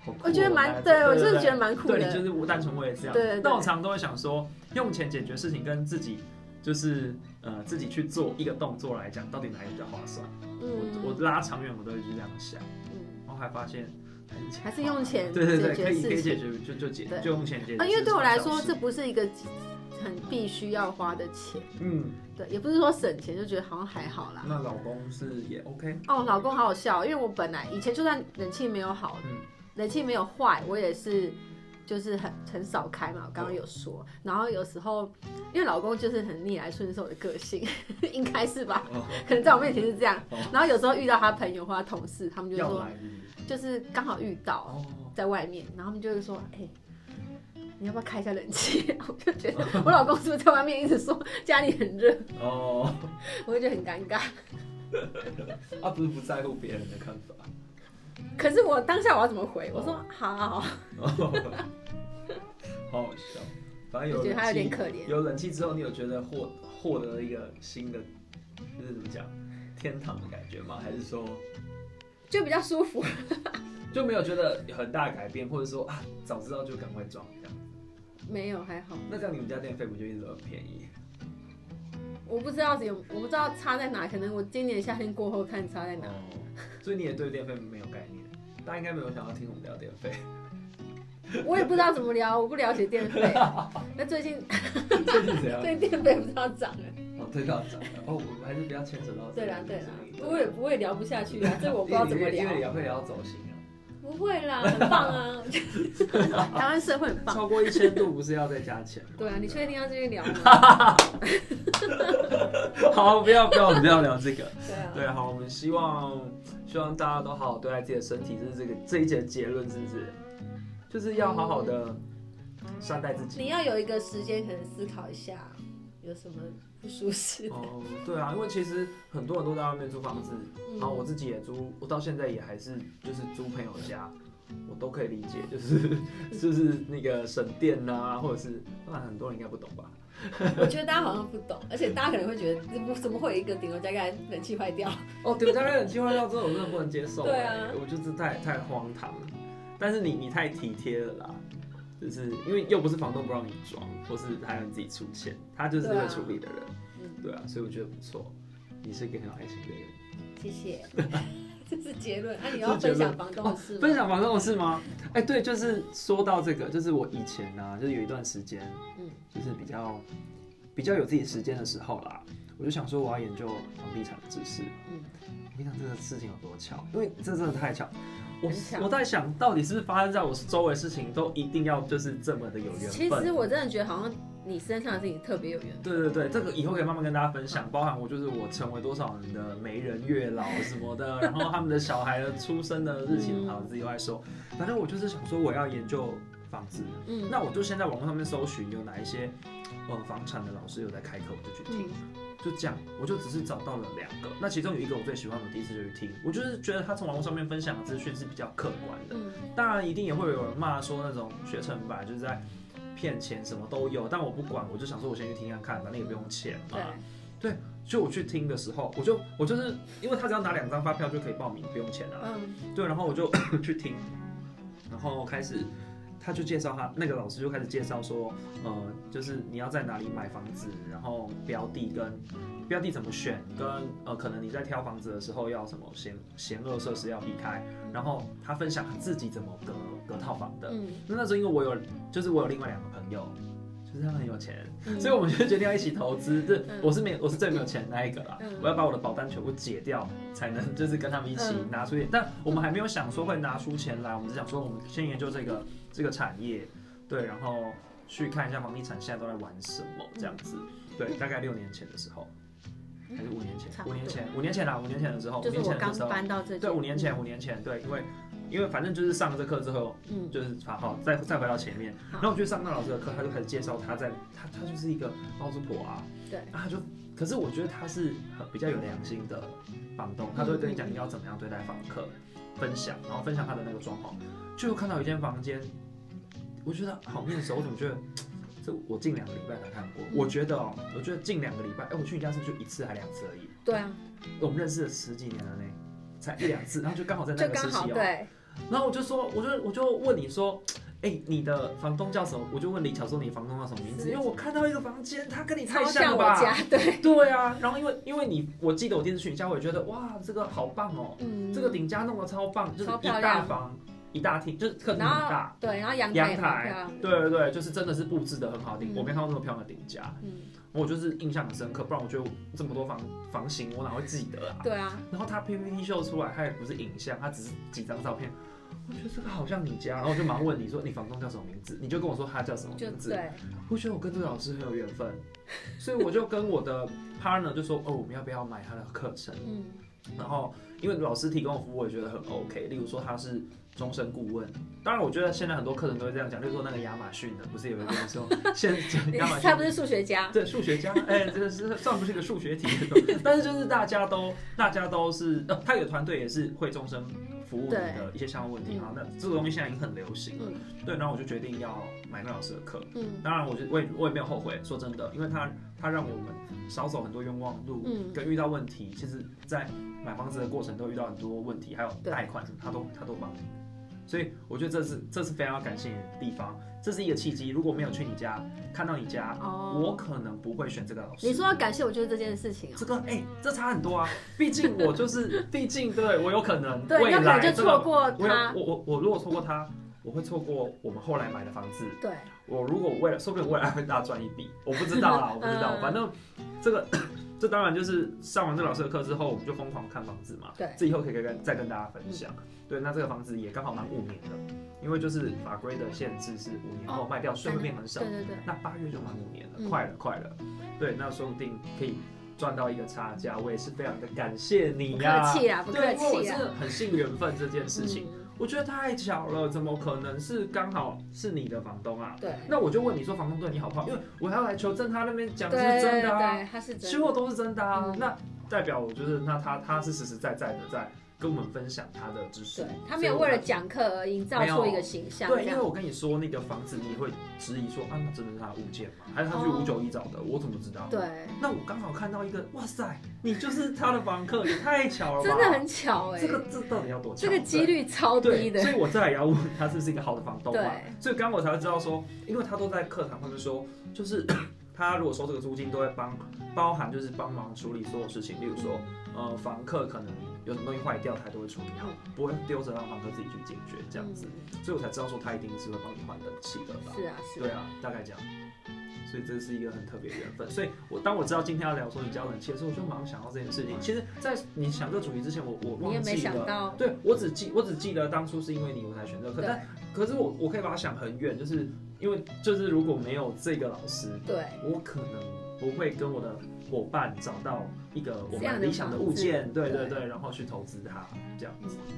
[SPEAKER 1] 好酷哦
[SPEAKER 2] 我觉得蛮，
[SPEAKER 1] 大家
[SPEAKER 2] 对我就是
[SPEAKER 1] 对
[SPEAKER 2] 觉得蛮酷
[SPEAKER 1] 对你就
[SPEAKER 2] 的，
[SPEAKER 1] 是我单纯我也是这样。
[SPEAKER 2] 对对对
[SPEAKER 1] 但我常常都会想说，用钱解决事情跟自己就是呃自己去做一个动作来讲，到底哪一个比较划算？
[SPEAKER 2] 嗯，
[SPEAKER 1] 我我拉长远我都会去这样想，
[SPEAKER 2] 嗯，
[SPEAKER 1] 然后还发现还是钱
[SPEAKER 2] 还是用钱
[SPEAKER 1] 对对
[SPEAKER 2] 解
[SPEAKER 1] 对，可
[SPEAKER 2] 决
[SPEAKER 1] 以可
[SPEAKER 2] 事
[SPEAKER 1] 以解
[SPEAKER 2] 情。
[SPEAKER 1] 决就就解
[SPEAKER 2] 对
[SPEAKER 1] 就用钱解决。
[SPEAKER 2] 啊，因为对我来说，这不是一个很必须要花的钱，
[SPEAKER 1] 嗯，
[SPEAKER 2] 对，也不是说省钱就觉得好像还好啦。
[SPEAKER 1] 那老公是也 OK，
[SPEAKER 2] 哦，老公好好笑，因为我本来以前就算冷气没有好，
[SPEAKER 1] 嗯
[SPEAKER 2] 冷气没有坏，我也是就是很很少开嘛，我刚刚有说。然后有时候因为老公就是很逆来顺受的个性， (laughs) 应该是吧？
[SPEAKER 1] 哦
[SPEAKER 2] 可能在我面前是这样
[SPEAKER 1] 哦。
[SPEAKER 2] 然后有时候遇到他朋友或他同事，他们就
[SPEAKER 1] 要
[SPEAKER 2] 说
[SPEAKER 1] 来是不是
[SPEAKER 2] 就是刚好遇到，
[SPEAKER 1] 哦，
[SPEAKER 2] 在外面，然后他们就会说：“哎、你要不要开一下冷气？” (laughs) 我就觉得
[SPEAKER 1] (laughs)
[SPEAKER 2] 我老公是不是在外面一直说家里很热， (laughs)
[SPEAKER 1] 哦
[SPEAKER 2] 我就觉得很尴尬。
[SPEAKER 1] 啊，不是不在乎别人的看法。
[SPEAKER 2] 可是我当下我要怎么回？我说：“好好好，
[SPEAKER 1] 哦，好好笑。反正有
[SPEAKER 2] 我觉得
[SPEAKER 1] 冷
[SPEAKER 2] 他有点
[SPEAKER 1] 气，
[SPEAKER 2] 可怜。
[SPEAKER 1] 有冷气之后，你有觉得获获得了一个新的，就是怎么讲，天堂的感觉吗？还是说
[SPEAKER 2] 就比较舒服。 (laughs)
[SPEAKER 1] 就没有觉得有很大的改变，或者说啊，早知道就赶快装这样？”
[SPEAKER 2] 没有，还好，
[SPEAKER 1] 那这样你们家电费不就一直都很便宜？
[SPEAKER 2] 我不知道有，我不知道差在哪，可能我今年夏天过后看差在哪。
[SPEAKER 1] 哦，所以你也对电费没有概念，大家应该没有想要听我们聊电
[SPEAKER 2] (laughs)
[SPEAKER 1] 费。
[SPEAKER 2] 我也不知道怎么聊，我不了解
[SPEAKER 1] (laughs)
[SPEAKER 2] 电费。那最近 (laughs)
[SPEAKER 1] 最近怎样？
[SPEAKER 2] 最近电费不知道涨了。
[SPEAKER 1] 哦，对到涨了。哦，我们还是不要牵扯到这
[SPEAKER 2] 对
[SPEAKER 1] 个
[SPEAKER 2] 啦对啦
[SPEAKER 1] 事，情
[SPEAKER 2] 我也我也聊不下去
[SPEAKER 1] (laughs)
[SPEAKER 2] 啊，这我不知道怎
[SPEAKER 1] 因
[SPEAKER 2] 么
[SPEAKER 1] 为
[SPEAKER 2] 聊
[SPEAKER 1] 因为。聊会聊到走心啊。
[SPEAKER 2] 不会啦，很
[SPEAKER 1] (laughs)
[SPEAKER 2] 棒啊！台湾社会很棒。
[SPEAKER 1] 超过一千度不是要再加钱吗？
[SPEAKER 2] 对啊，你确定要继续
[SPEAKER 1] (laughs)
[SPEAKER 2] 聊吗？
[SPEAKER 1] 好，不要不要，我们不要聊这个。
[SPEAKER 2] 对啊，
[SPEAKER 1] 对，好，我们希望希望大家都好好对待自己的身体，这是这个这一节的结论，是不是？就是要好好的
[SPEAKER 2] 嗯
[SPEAKER 1] 善待自己。
[SPEAKER 2] 你要有一个时间，可能思考一下有什么不舒适的。
[SPEAKER 1] 哦，对啊，因为其实很多人都在外面租房子，然后我自己也租，我到现在也还是就是租朋友家，我都可以理解，就是就是那个省电啊，或者是当然很多人应该不懂吧，
[SPEAKER 2] 嗯我觉得大家好像不懂，而且大家可能会觉得，这不怎么会有一个顶楼加盖冷气坏掉？
[SPEAKER 1] 哦，对，大概冷气坏掉之后，我真的不能接 (laughs) 受、欸。
[SPEAKER 2] 对啊
[SPEAKER 1] 我就是太太荒唐了。但是你你太体贴了啦，就是因为又不是房东不让你装，或是他让你自己出钱，他就是
[SPEAKER 2] 对啊
[SPEAKER 1] 会处理的人。
[SPEAKER 2] 嗯
[SPEAKER 1] 对啊，所以我觉得不错，你是一个很有爱心的人。(laughs)
[SPEAKER 2] 谢谢。这是结论。啊那、
[SPEAKER 1] 这
[SPEAKER 2] 你要
[SPEAKER 1] 是结
[SPEAKER 2] 分
[SPEAKER 1] 论哦
[SPEAKER 2] 享房东的事吗？
[SPEAKER 1] 分享房东的事吗？哎、对，就是说到这个，就是我以前呢、就是有一段时间，
[SPEAKER 2] 嗯
[SPEAKER 1] 就是比较比较有自己时间的时候啦，我就想说我要研究房地产的知识。
[SPEAKER 2] 嗯，
[SPEAKER 1] 你想这个事情有多巧？因为这真的太巧。我
[SPEAKER 2] 很巧
[SPEAKER 1] 我在想到底是不是发生在我周围的事情都一定要就是这么的有
[SPEAKER 2] 其
[SPEAKER 1] 缘
[SPEAKER 2] 实
[SPEAKER 1] 分？
[SPEAKER 2] 我真的觉得好像你身上的事情特别有缘分。
[SPEAKER 1] 对对对，这个以后可以慢慢跟大家分
[SPEAKER 2] 嗯
[SPEAKER 1] 享，包含我就是我成为多少人的媒人、月老什么的，然后他们的小孩的出生的日期，
[SPEAKER 2] 嗯
[SPEAKER 1] 好自己来说。反正我就是想说我要研究房子，
[SPEAKER 2] 嗯，
[SPEAKER 1] 那我就先在网络上面搜寻有哪一些呃房产的老师有在开课，我就去听。
[SPEAKER 2] 嗯
[SPEAKER 1] 就这样，我就只是找到了两个，那其中有一个我最喜欢，我第一次就去听，我就是觉得他从网络上面分享的资讯是比较客观的，
[SPEAKER 2] 嗯
[SPEAKER 1] 当然一定也会有人骂说那种学成版就是在骗钱，什么都有，但我不管，我就想说我先去听看看，反正也不用钱嘛
[SPEAKER 2] 对。，
[SPEAKER 1] 就我去听的时候，我就我就是因为他只要拿两张发票就可以报名，不用钱啊，
[SPEAKER 2] 嗯
[SPEAKER 1] 对，然后我就 (coughs) 去听，然后开始。他就介绍他那个老师就开始介绍说，呃，就是你要在哪里买房子，然后标的跟标的怎么选，跟呃可能你在挑房子的时候要什么险险恶设施要避开，然后他分享他自己怎么隔隔套房的。
[SPEAKER 2] 嗯
[SPEAKER 1] 那那时候因为我有就是我有另外两个朋友，就是他们很有钱，
[SPEAKER 2] 嗯，
[SPEAKER 1] 所以我们就决定要一起投资。这
[SPEAKER 2] 嗯
[SPEAKER 1] 我是没，我是最没有钱的那一个啦
[SPEAKER 2] 嗯。
[SPEAKER 1] 我要把我的保单全部解掉，才能就是跟他们一起
[SPEAKER 2] 嗯
[SPEAKER 1] 拿出钱。但我们还没有想说会拿出钱来，我们只想说我们先研究这个这个产业，对，然后去看一下房地产现在都在玩什么这样子。对，大概六年前的时候，还是五年前
[SPEAKER 2] 嗯差，不
[SPEAKER 1] 五
[SPEAKER 2] 多
[SPEAKER 1] 年前，五年前啦，五年前的时候，五
[SPEAKER 2] 就是
[SPEAKER 1] 年
[SPEAKER 2] 我
[SPEAKER 1] 前的
[SPEAKER 2] 刚
[SPEAKER 1] 时候，
[SPEAKER 2] 搬嗯到这里，
[SPEAKER 1] 对，五年前，五年前，对，因为因为反正就是上了这课之后，
[SPEAKER 2] 嗯，
[SPEAKER 1] 就是好好再再回到前面，
[SPEAKER 2] 好
[SPEAKER 1] 然后我去上那老师的课，他就开始介绍他在他他就是一个包租婆啊，
[SPEAKER 2] 对
[SPEAKER 1] 啊他就可是我觉得他是很比较有良心的房东，他都会跟你讲你要怎么样对待房客，分享，然后分享他的那个状况，就看到一间房间，我觉得好面熟，我怎么觉得这我近两个礼拜才看过，我觉得哦，我觉得近两个礼拜，哎，我去你家是不是就一次还两次而已？
[SPEAKER 2] 对啊，
[SPEAKER 1] 我们认识了十几年了呢，才一两次，然后就刚好在那
[SPEAKER 2] 就
[SPEAKER 1] 个时
[SPEAKER 2] 刚好
[SPEAKER 1] 期哦，
[SPEAKER 2] 对，
[SPEAKER 1] 然后我就说，我就我就问你说，哎、你的房东叫什么？我就问李巧说你房东叫什么名字？
[SPEAKER 2] 是
[SPEAKER 1] 因为我看到一个房间，他跟你太
[SPEAKER 2] 超
[SPEAKER 1] 像
[SPEAKER 2] 像
[SPEAKER 1] 了
[SPEAKER 2] 我
[SPEAKER 1] 吧？
[SPEAKER 2] 家，对，
[SPEAKER 1] (laughs) 对啊，然后因为因为你，我记得我第一次去你家，我也觉得哇，这个好棒哦，
[SPEAKER 2] 嗯，
[SPEAKER 1] 这个顶家弄得超棒，就是
[SPEAKER 2] 超
[SPEAKER 1] 一
[SPEAKER 2] 漂
[SPEAKER 1] 大
[SPEAKER 2] 亮
[SPEAKER 1] 房一大厅，就是客厅
[SPEAKER 2] 然
[SPEAKER 1] 很
[SPEAKER 2] 后
[SPEAKER 1] 大。
[SPEAKER 2] 对，然后阳
[SPEAKER 1] 阳
[SPEAKER 2] 也蛮漂
[SPEAKER 1] 台
[SPEAKER 2] 亮，的，
[SPEAKER 1] 对对对，就是真的是布置的很好，顶、
[SPEAKER 2] 嗯
[SPEAKER 1] 我没看过那么漂亮的顶家，
[SPEAKER 2] 嗯，
[SPEAKER 1] 我就是印象很深刻，不然我觉得这么多房房型我哪会记得啊？
[SPEAKER 2] 对啊，
[SPEAKER 1] 然后他 PPT 秀出来，他也不是影像，他只是几张照片。我觉得这个好像你家，然后我就忙问你说你房东叫什么名字，你就跟我说他叫什么
[SPEAKER 2] 就
[SPEAKER 1] 名字。
[SPEAKER 2] 对，
[SPEAKER 1] 我觉得我跟这个老师很有缘分，所以我就跟我的 partner 就说哦，我们要不要买他的课程？
[SPEAKER 2] 嗯
[SPEAKER 1] 然后因为老师提供的服务我也觉得很 OK，例如说他是终身顾问，当然我觉得现在很多课程都会这样讲，例如说那个亚马逊的，不是也有人跟你说现 (laughs) 亚马逊
[SPEAKER 2] 他不是数学家，
[SPEAKER 1] 对，数学家，哎、这个是算不是一个数学题， (laughs) 但是就是大家都大家都是，呃，他有团队也是会终身服务你的一些相关问题
[SPEAKER 2] 嗯
[SPEAKER 1] 啊。那这个东西现在已经很流行了，
[SPEAKER 2] 嗯
[SPEAKER 1] 对，然后我就决定要买那老师的课。
[SPEAKER 2] 嗯
[SPEAKER 1] 当然，我就我也我也没有后悔，说真的，因为他他让我们少走很多冤枉路，
[SPEAKER 2] 嗯
[SPEAKER 1] 跟遇到问题，其实在买房子的过程都遇到很多问题，还有
[SPEAKER 2] 对
[SPEAKER 1] 贷款什么，他都他都帮你。所以我觉得这是这是非常要感谢你的地方，这是一个契机。如果没有去你家，看到你家，我
[SPEAKER 2] 哦，
[SPEAKER 1] 可能不会选这个老师。
[SPEAKER 2] 你说要感谢我就是这件事情哦
[SPEAKER 1] 这，个，哎、这差很多啊！毕竟我
[SPEAKER 2] (laughs)
[SPEAKER 1] 就是，毕竟对我有可能
[SPEAKER 2] 对，
[SPEAKER 1] 未
[SPEAKER 2] 有可能
[SPEAKER 1] 来
[SPEAKER 2] 就
[SPEAKER 1] 这
[SPEAKER 2] 错
[SPEAKER 1] 个，
[SPEAKER 2] 过
[SPEAKER 1] 我有
[SPEAKER 2] 他，
[SPEAKER 1] 我我我如果错过他，我会错过我们后来买的房子。
[SPEAKER 2] 对，
[SPEAKER 1] 我如果为了，说不定我未来会大赚一笔，我不知道
[SPEAKER 2] (laughs)
[SPEAKER 1] 啦，我不知道。
[SPEAKER 2] 嗯
[SPEAKER 1] 反正这个， (coughs) 这当然就是上完这老师的课之后，我们就疯狂看房子嘛。
[SPEAKER 2] 对嗯
[SPEAKER 1] 这以后可以跟再跟大家分享。对，那这个房子也刚好满五年了，因为就是法规的限制是五年
[SPEAKER 2] 哦
[SPEAKER 1] 后卖掉，税会变很少
[SPEAKER 2] 对。对对，
[SPEAKER 1] 那八月就满五年了，
[SPEAKER 2] 嗯
[SPEAKER 1] 快了快了。对，那说不定可以赚到一个差价，我也是非常的感谢你
[SPEAKER 2] 不
[SPEAKER 1] 呀、
[SPEAKER 2] 客气啊，不客
[SPEAKER 1] 对，因为我
[SPEAKER 2] 气
[SPEAKER 1] 是
[SPEAKER 2] 啊，
[SPEAKER 1] 很信缘分这件事情，
[SPEAKER 2] 嗯
[SPEAKER 1] 我觉得太巧了，怎么可能是刚好是你的房东啊？
[SPEAKER 2] 对，
[SPEAKER 1] 那我就问你说房东对你好不好？因为我还要来求证他那边讲是不
[SPEAKER 2] 对
[SPEAKER 1] 是
[SPEAKER 2] 对
[SPEAKER 1] 真的啊，
[SPEAKER 2] 对，他是
[SPEAKER 1] 其
[SPEAKER 2] 真
[SPEAKER 1] 实
[SPEAKER 2] 的，
[SPEAKER 1] 我都是真的啊。
[SPEAKER 2] 嗯
[SPEAKER 1] 那代表我就是那他他是实实在在的在跟我们分享他的知识
[SPEAKER 2] 对，他没有为了讲课而营造出一个形象，
[SPEAKER 1] 对，
[SPEAKER 2] 这
[SPEAKER 1] 因为
[SPEAKER 2] 样
[SPEAKER 1] 我跟你说那个房子，你也会质疑说啊，那真的是他的物件吗？还是他去
[SPEAKER 2] 哦
[SPEAKER 1] 五九一找的？我怎么知道？
[SPEAKER 2] 对，
[SPEAKER 1] 那我刚好看到一个，哇塞，你就是他的房客，也太巧了吧！
[SPEAKER 2] 真的很巧哎
[SPEAKER 1] 这，个这到底要多巧？
[SPEAKER 2] 这个几
[SPEAKER 1] 对
[SPEAKER 2] 率超低的
[SPEAKER 1] 对，，
[SPEAKER 2] 嗯
[SPEAKER 1] 所以我再来也要问他是不是一个好的房东嘛
[SPEAKER 2] 对？
[SPEAKER 1] 所以刚刚我才会知道说，因为他都在课堂上面说，就是 (coughs) 他如果收这个租金，都会帮包含就是帮忙处理所有事情，例如说，呃，房客可能有什么东西坏掉，他都会处理好，不会丢着让房客自己去解决这样子。所以我才知道说他一定是会帮你换冷气的吧？
[SPEAKER 2] 是啊，是
[SPEAKER 1] 对啊，大概这样。所以这是一个很特别的缘分。所以我当我知道今天要聊说你交冷气的时候，我就马上想到这件事情。其实，在你想这个主题之前，我我
[SPEAKER 2] 嗯你也
[SPEAKER 1] 忘
[SPEAKER 2] 没
[SPEAKER 1] 记
[SPEAKER 2] 想
[SPEAKER 1] 了。
[SPEAKER 2] 到，
[SPEAKER 1] 对我只记我只记得当初是因为你我才选这个课，
[SPEAKER 2] 对
[SPEAKER 1] 但可是我我可以把它想很远，就是因为就是如果没有这个老师，
[SPEAKER 2] 对，
[SPEAKER 1] 我可能不会跟我的伙伴找到一个我
[SPEAKER 2] 这样
[SPEAKER 1] 们
[SPEAKER 2] 的
[SPEAKER 1] 理想的
[SPEAKER 2] 房
[SPEAKER 1] 物
[SPEAKER 2] 子
[SPEAKER 1] 件，对
[SPEAKER 2] 对
[SPEAKER 1] 对对，然后去投资它，这样子，
[SPEAKER 2] 嗯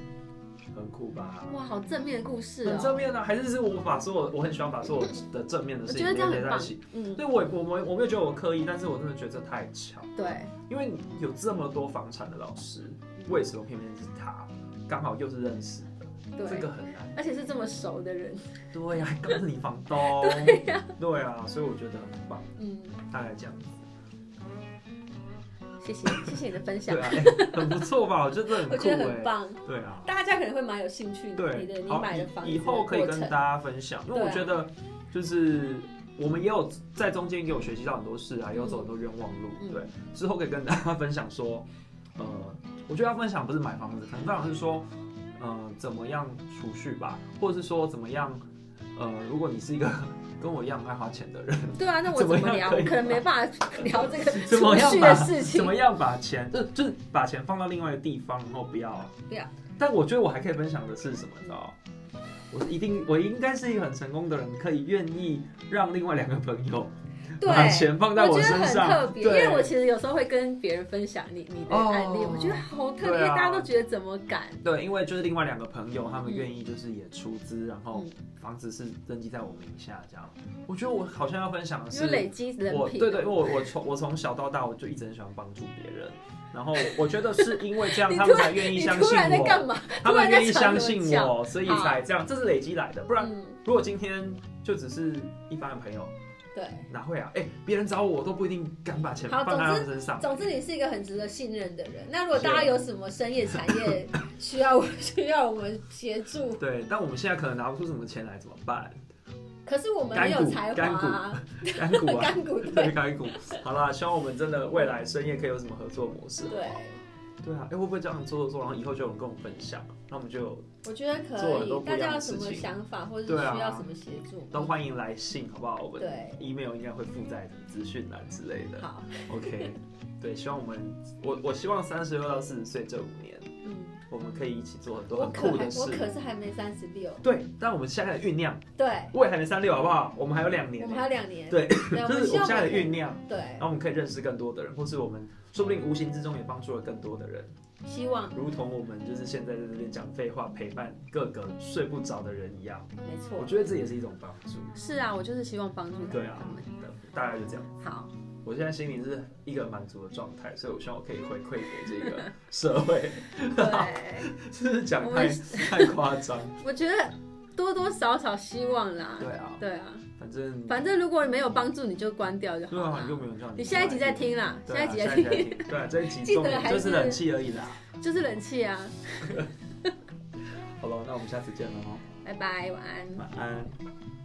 [SPEAKER 1] 很酷吧？
[SPEAKER 2] 哇，好正面的故事
[SPEAKER 1] 很正
[SPEAKER 2] 哦，
[SPEAKER 1] 面啊，还是是我把所有我很喜欢把所有的正面的
[SPEAKER 2] 我
[SPEAKER 1] 事
[SPEAKER 2] 觉
[SPEAKER 1] 情
[SPEAKER 2] 得这样
[SPEAKER 1] 连接在一
[SPEAKER 2] 很棒
[SPEAKER 1] 起。，
[SPEAKER 2] 嗯，
[SPEAKER 1] 对我也我我我没有觉得我刻意，但是我真的觉得这太巧。
[SPEAKER 2] 对，
[SPEAKER 1] 因为有这么多房产的老师，为什么偏偏是他？刚好又是认识的，
[SPEAKER 2] 对
[SPEAKER 1] 这个很难。
[SPEAKER 2] 而且是这么熟的人，
[SPEAKER 1] 对呀、刚是你房
[SPEAKER 2] (laughs)
[SPEAKER 1] 东。对
[SPEAKER 2] 啊
[SPEAKER 1] 呀、所以我觉得很棒。
[SPEAKER 2] 嗯，
[SPEAKER 1] 大概这样子，
[SPEAKER 2] 谢谢，谢谢你的分享
[SPEAKER 1] 对，啊，欸很不错吧？我觉得这很
[SPEAKER 2] 我
[SPEAKER 1] 酷
[SPEAKER 2] 觉得
[SPEAKER 1] 哎、
[SPEAKER 2] 很棒，
[SPEAKER 1] 对啊，
[SPEAKER 2] 大家可能会蛮有兴趣你的你的
[SPEAKER 1] 对，
[SPEAKER 2] 你
[SPEAKER 1] 好
[SPEAKER 2] 买的房子
[SPEAKER 1] 以以
[SPEAKER 2] 的
[SPEAKER 1] 后可以
[SPEAKER 2] 过
[SPEAKER 1] 跟
[SPEAKER 2] 程
[SPEAKER 1] 大家分享，因为
[SPEAKER 2] 对啊
[SPEAKER 1] 我觉得就是我们也有在中间也有学习到很多事啊，也有走很多冤枉路。
[SPEAKER 2] 嗯
[SPEAKER 1] 对，之后可以跟大家分享说，呃，我觉得要分享不是买房子，可能分享是说，呃，怎么样储蓄吧，或者是说怎么样，呃，如果你是一个 (laughs) 跟我一样爱花钱的人，
[SPEAKER 2] 对啊，那我怎么
[SPEAKER 1] 怎么样
[SPEAKER 2] 聊？
[SPEAKER 1] 可
[SPEAKER 2] 我
[SPEAKER 1] 以
[SPEAKER 2] 可能没办法聊这个
[SPEAKER 1] (laughs) 怎么
[SPEAKER 2] 储
[SPEAKER 1] 样
[SPEAKER 2] 蓄
[SPEAKER 1] 把
[SPEAKER 2] 的事
[SPEAKER 1] 怎
[SPEAKER 2] 情
[SPEAKER 1] 么。样把钱，就就是把钱放到另外一个地方，然后不要啊
[SPEAKER 2] 不要。
[SPEAKER 1] 但我觉得我还可以分享的是什么，你知道？我一定，我应该是一个很成功的人，可以愿意让另外两个朋友
[SPEAKER 2] 对，
[SPEAKER 1] 把钱放在
[SPEAKER 2] 我觉得
[SPEAKER 1] 身
[SPEAKER 2] 很
[SPEAKER 1] 上，
[SPEAKER 2] 特别，因
[SPEAKER 1] 对
[SPEAKER 2] 为我其实有时候会跟别人分享你你的
[SPEAKER 1] 哦
[SPEAKER 2] 案例，我觉得好特别，
[SPEAKER 1] 对啊
[SPEAKER 2] 大家都觉得怎么敢？
[SPEAKER 1] 对，因为就是另外两个朋友，他们愿意就是也出资，然后
[SPEAKER 2] 嗯
[SPEAKER 1] 房子是登记在我名下这样。我觉得我好像要分享的
[SPEAKER 2] 就是
[SPEAKER 1] 是，
[SPEAKER 2] 累积人
[SPEAKER 1] 我
[SPEAKER 2] 品，
[SPEAKER 1] 对对，因为我我从我从小到大我就一直很喜欢帮助别人，然后我觉得是因为这样
[SPEAKER 2] (laughs) 你
[SPEAKER 1] 他
[SPEAKER 2] 突
[SPEAKER 1] 们
[SPEAKER 2] 然
[SPEAKER 1] 才愿意
[SPEAKER 2] 你
[SPEAKER 1] 相
[SPEAKER 2] 突
[SPEAKER 1] 信
[SPEAKER 2] 然在干
[SPEAKER 1] 我，
[SPEAKER 2] 嘛？
[SPEAKER 1] 他
[SPEAKER 2] 突
[SPEAKER 1] 们
[SPEAKER 2] 然在
[SPEAKER 1] 愿意相信
[SPEAKER 2] 传
[SPEAKER 1] 我，所以
[SPEAKER 2] 好
[SPEAKER 1] 才这样，这是累积来的。不然
[SPEAKER 2] 嗯，
[SPEAKER 1] 如果今天就只是一般的朋友，
[SPEAKER 2] 对。
[SPEAKER 1] 哪会啊？哎、别人找我，我都不一定敢把钱
[SPEAKER 2] 好
[SPEAKER 1] 放在
[SPEAKER 2] 总
[SPEAKER 1] 他
[SPEAKER 2] 之
[SPEAKER 1] 们身上。
[SPEAKER 2] 总之，你是一个很值得信任的人。那如果
[SPEAKER 1] 是
[SPEAKER 2] 大家有什么深夜产业需要我 (laughs) 需要我们协助，
[SPEAKER 1] 对，但我们现在可能拿不出什么钱来，怎么
[SPEAKER 2] (laughs)
[SPEAKER 1] 办？
[SPEAKER 2] 可是我们
[SPEAKER 1] 干
[SPEAKER 2] 没有
[SPEAKER 1] 股
[SPEAKER 2] 才华
[SPEAKER 1] 干股
[SPEAKER 2] 啊，
[SPEAKER 1] 干股啊，
[SPEAKER 2] (laughs) 干股
[SPEAKER 1] 对，
[SPEAKER 2] 对
[SPEAKER 1] 干股。好啦，希望我们真的未来深夜可以有什么合作模式。
[SPEAKER 2] 对，
[SPEAKER 1] 对啊，哎、会不会这样做做做，然后以后就有人跟我们分享，那我们就
[SPEAKER 2] 我觉得
[SPEAKER 1] 做
[SPEAKER 2] 可
[SPEAKER 1] 很多
[SPEAKER 2] 以。
[SPEAKER 1] 不一
[SPEAKER 2] 大
[SPEAKER 1] 样的
[SPEAKER 2] 家有什么
[SPEAKER 1] 事情
[SPEAKER 2] 想法，或者是
[SPEAKER 1] 对啊
[SPEAKER 2] 需要什么协助？
[SPEAKER 1] 都欢迎来信，好不好？我们
[SPEAKER 2] 对
[SPEAKER 1] email 应该会附在资讯栏之类的。
[SPEAKER 2] 好，
[SPEAKER 1] OK，对，希望我们，我我希望三十六到四十岁这五年，
[SPEAKER 2] 嗯。
[SPEAKER 1] 我们可以一起做很多
[SPEAKER 2] 我
[SPEAKER 1] 很
[SPEAKER 2] 可
[SPEAKER 1] 酷
[SPEAKER 2] 还
[SPEAKER 1] 的
[SPEAKER 2] 我可
[SPEAKER 1] 事。
[SPEAKER 2] 是还没三十六，
[SPEAKER 1] 对，但我们现在的酝酿。
[SPEAKER 2] 对，
[SPEAKER 1] 我也还没三六，好不好？我们还有两年
[SPEAKER 2] 我们，还有两年，
[SPEAKER 1] 对 (laughs)
[SPEAKER 2] 对，我
[SPEAKER 1] 就
[SPEAKER 2] 们
[SPEAKER 1] 是我
[SPEAKER 2] 希
[SPEAKER 1] 们
[SPEAKER 2] 望
[SPEAKER 1] 现在的
[SPEAKER 2] 可以
[SPEAKER 1] 酝酿，
[SPEAKER 2] 对
[SPEAKER 1] 然，后我们可以认识更多的人，或是我们说不定无形之中也帮助了更多的人。
[SPEAKER 2] 希望
[SPEAKER 1] 如同我们就是现在在这边讲废话，陪伴各个睡不着的人一样，
[SPEAKER 2] 没
[SPEAKER 1] 我
[SPEAKER 2] 错，
[SPEAKER 1] 觉得这也是一种帮助。
[SPEAKER 2] 是啊，我就是希望帮助他
[SPEAKER 1] 对啊
[SPEAKER 2] 他们。
[SPEAKER 1] 大概就这样， (laughs)
[SPEAKER 2] 好，
[SPEAKER 1] 我现在心里是一个满足的状态，所以我希望我可以回馈给这个社会。
[SPEAKER 2] (laughs) 对，
[SPEAKER 1] (laughs) 是不是讲
[SPEAKER 2] 我
[SPEAKER 1] 太
[SPEAKER 2] 们
[SPEAKER 1] 太夸张？
[SPEAKER 2] 我觉得多多少少希望啦，
[SPEAKER 1] 对啊，
[SPEAKER 2] 对啊，
[SPEAKER 1] 反正
[SPEAKER 2] 反正如果没有帮助，你就关掉就好
[SPEAKER 1] 对啊，又
[SPEAKER 2] 了。
[SPEAKER 1] 没有叫你。
[SPEAKER 2] 你下一集再。听啦，
[SPEAKER 1] 对
[SPEAKER 2] 下
[SPEAKER 1] 啊
[SPEAKER 2] 一集再
[SPEAKER 1] 下
[SPEAKER 2] 听， (laughs)
[SPEAKER 1] 听。对啊，这一集
[SPEAKER 2] 记得
[SPEAKER 1] 重点
[SPEAKER 2] 还
[SPEAKER 1] 就是
[SPEAKER 2] 是
[SPEAKER 1] 冷气而已啦。
[SPEAKER 2] 就是冷气啊。
[SPEAKER 1] 好了，那我们下次见了哦。
[SPEAKER 2] 嗯拜拜，晚安。
[SPEAKER 1] 晚安。